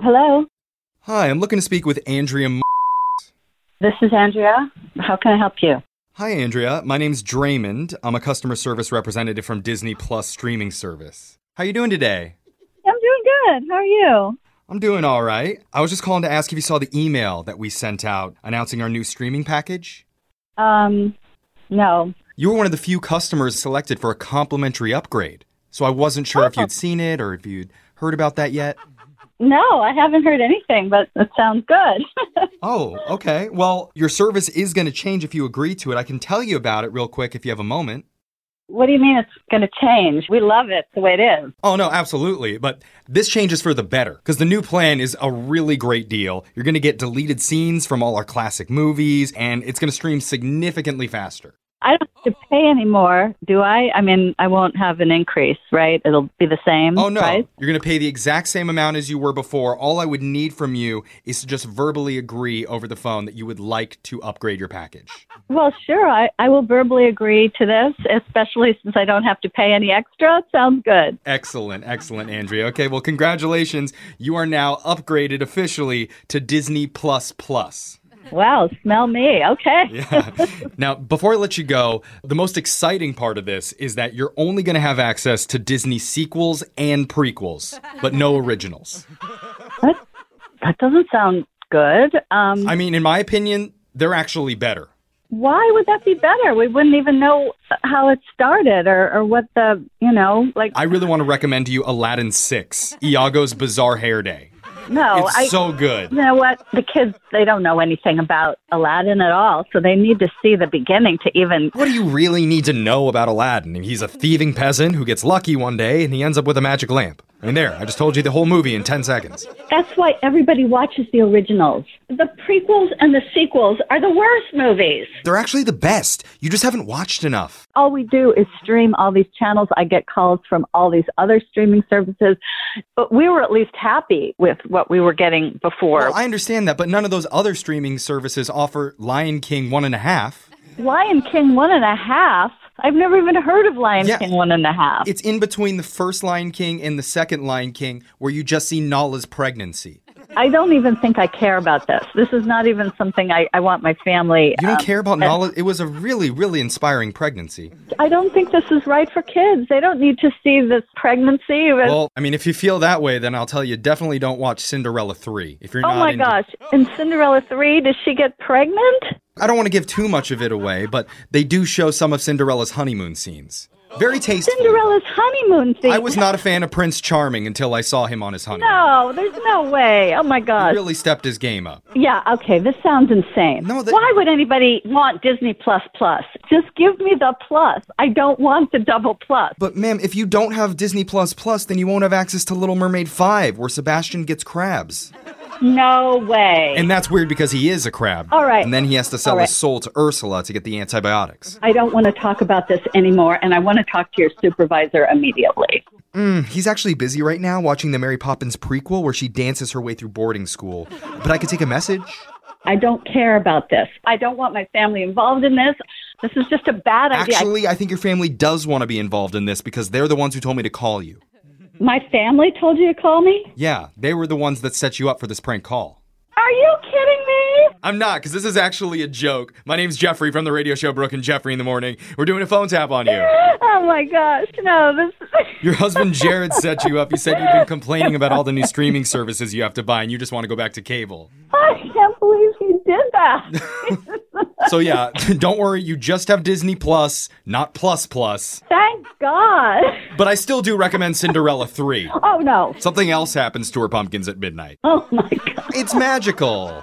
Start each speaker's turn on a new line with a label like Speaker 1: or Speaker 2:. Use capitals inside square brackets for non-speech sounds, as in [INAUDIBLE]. Speaker 1: Hello,
Speaker 2: Hi, I'm looking to speak with Andrea. M-
Speaker 1: this is Andrea. How can I help you?
Speaker 2: Hi, Andrea. My name's Draymond. I'm a customer service representative from Disney Plus streaming service. How you doing today?
Speaker 1: I'm doing good. How are you?
Speaker 2: I'm doing all right. I was just calling to ask if you saw the email that we sent out announcing our new streaming package.
Speaker 1: Um, no.
Speaker 2: You were one of the few customers selected for a complimentary upgrade, so I wasn't sure if
Speaker 1: Oh.
Speaker 2: you'd seen it or if you'd heard about that yet.
Speaker 1: No, I haven't heard anything, but it sounds good. [LAUGHS]
Speaker 2: Oh, okay. Well, your service is going to change if you agree to it. I can tell you about it real quick if you have a moment.
Speaker 1: what do you mean it's going to change? We love it the way it is.
Speaker 2: Oh, no, absolutely. But this change is for the better because the new plan is a really great deal. You're going to get deleted scenes from all our classic movies, and it's going to stream significantly faster.
Speaker 1: I don't have to pay anymore, do I? I mean, I won't have an increase, right? It'll be the same.
Speaker 2: Oh, no.
Speaker 1: Price?
Speaker 2: You're going to pay the exact same amount as you were before. All I would need from you is to just verbally agree over the phone that you would like to upgrade your package.
Speaker 1: Well, sure. I, I will verbally agree to this, especially since I don't have to pay any extra. It sounds good.
Speaker 2: Excellent, excellent, Andrea. Okay, well, congratulations. You are now upgraded officially to Disney Plus Plus.
Speaker 1: Wow, smell me. Okay.
Speaker 2: Yeah. [LAUGHS] now, before I let you go, the most exciting part of this is that you're only going to have access to Disney sequels and prequels, but no originals.
Speaker 1: That doesn't sound good. Um,
Speaker 2: I mean, in my opinion, they're actually better.
Speaker 1: why would that be better? We wouldn't even know how it started or, or what the, you know, like,
Speaker 2: I really want to recommend to you Aladdin 6, Iago's Bizarre Hair Day.
Speaker 1: no,
Speaker 2: it's
Speaker 1: Oh, I,
Speaker 2: so good.
Speaker 1: you know what? The kids, they don't know anything about Aladdin at all. So they need to see the beginning to even,
Speaker 2: What do you really need to know about Aladdin? He's a thieving peasant who gets lucky one day and he ends up with a magic lamp. I mean, there, I just told you the whole movie in 10 seconds.
Speaker 1: that's why everybody watches the originals. The prequels and the sequels are the worst movies.
Speaker 2: They're actually the best. You just haven't watched enough.
Speaker 1: all we do is stream all these channels. I get calls from all these other streaming services, but we were at least happy with what we were getting before.
Speaker 2: Well, I understand that, but none of those other streaming services offer Lion King one and a half.
Speaker 1: Lion King one and a half. I've never even heard of Lion
Speaker 2: Yeah.
Speaker 1: King one and a half.
Speaker 2: It's in between the first Lion King and the second Lion King where you just see Nala's pregnancy.
Speaker 1: I don't even think I care about this. This is not even something I, I want my family.
Speaker 2: You don't
Speaker 1: um,
Speaker 2: care about Nala? It was a really, really inspiring pregnancy.
Speaker 1: I don't think this is right for kids. They don't need to see this pregnancy. Oh
Speaker 2: Well, I mean, if you feel that way, then I'll tell you definitely don't watch Cinderella 3 if you're
Speaker 1: oh
Speaker 2: not
Speaker 1: my
Speaker 2: into-
Speaker 1: gosh! In Cinderella three, does she get pregnant?
Speaker 2: I don't want to give too much of it away, but they do show some of Cinderella's honeymoon scenes. Very tasteful.
Speaker 1: Cinderella's honeymoon scene.
Speaker 2: I was not a fan of Prince Charming until I saw him on his honeymoon.
Speaker 1: No, there's no way. Oh my
Speaker 2: He
Speaker 1: gosh.
Speaker 2: really stepped his game up.
Speaker 1: Yeah, okay, this sounds insane.
Speaker 2: No, that-
Speaker 1: Why would anybody want Disney Plus Plus? Just give me the plus. I don't want the double plus.
Speaker 2: But ma'am, if you don't have Disney Plus Plus, then you won't have access to Little Mermaid 5 where Sebastian gets crabs.
Speaker 1: No way.
Speaker 2: And that's weird because he is a crab.
Speaker 1: All right.
Speaker 2: And then he has to sell
Speaker 1: All right.
Speaker 2: his soul to Ursula to get the antibiotics. [LAUGHS]
Speaker 1: I don't want to talk about this anymore, and I want to talk to your supervisor immediately.
Speaker 2: He's actually busy right now watching the Mary Poppins prequel where she dances her way through boarding school. But I could take
Speaker 1: [LAUGHS]
Speaker 2: a message.
Speaker 1: I don't care about this. I don't want my family involved in this. This is just a bad idea. I-
Speaker 2: Actually, I think your family does want to be involved in this because they're the ones who told me to call you.
Speaker 1: my family told you to call me?
Speaker 2: Yeah, they were the ones that set you up for this prank call.
Speaker 1: Are you kidding me?
Speaker 2: I'm not, because this is actually a joke. My name's Jeffrey from the radio show Brooke and Jeffrey in the Morning. We're doing a phone tap on you.
Speaker 1: Oh my gosh. No, this [LAUGHS]
Speaker 2: Your husband Jared set you up. You said you've been complaining about all the new streaming services you have to buy and you just want to go back to cable.
Speaker 1: I can't believe he did
Speaker 2: [LAUGHS]
Speaker 1: that.
Speaker 2: So yeah, [LAUGHS] don't worry, you just have Disney Plus, not Plus Plus.
Speaker 1: Thank God.
Speaker 2: But I still do recommend Cinderella 3.
Speaker 1: Oh no.
Speaker 2: Something else happens to her pumpkins at midnight.
Speaker 1: Oh my God.
Speaker 2: It's magical.